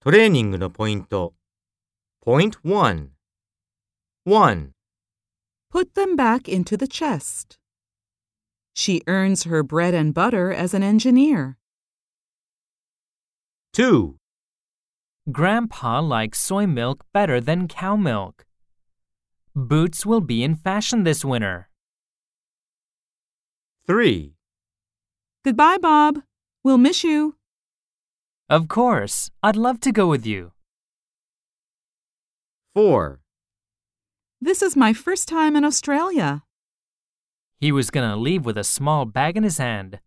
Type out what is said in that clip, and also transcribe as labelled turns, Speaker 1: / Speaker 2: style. Speaker 1: トレーニングのポイント。Point 1 1.
Speaker 2: Put them back into the chest. She earns her bread and butter as an engineer.
Speaker 1: 2.
Speaker 3: Grandpa likes soy milk better than cow milk. Boots will be in fashion this winter.
Speaker 1: 3.
Speaker 2: Goodbye, Bob. We'll miss you.
Speaker 3: Of course, I'd love to go with you.
Speaker 1: 4.
Speaker 2: This is my first time in Australia.
Speaker 3: He was gonna leave with a small bag in his hand.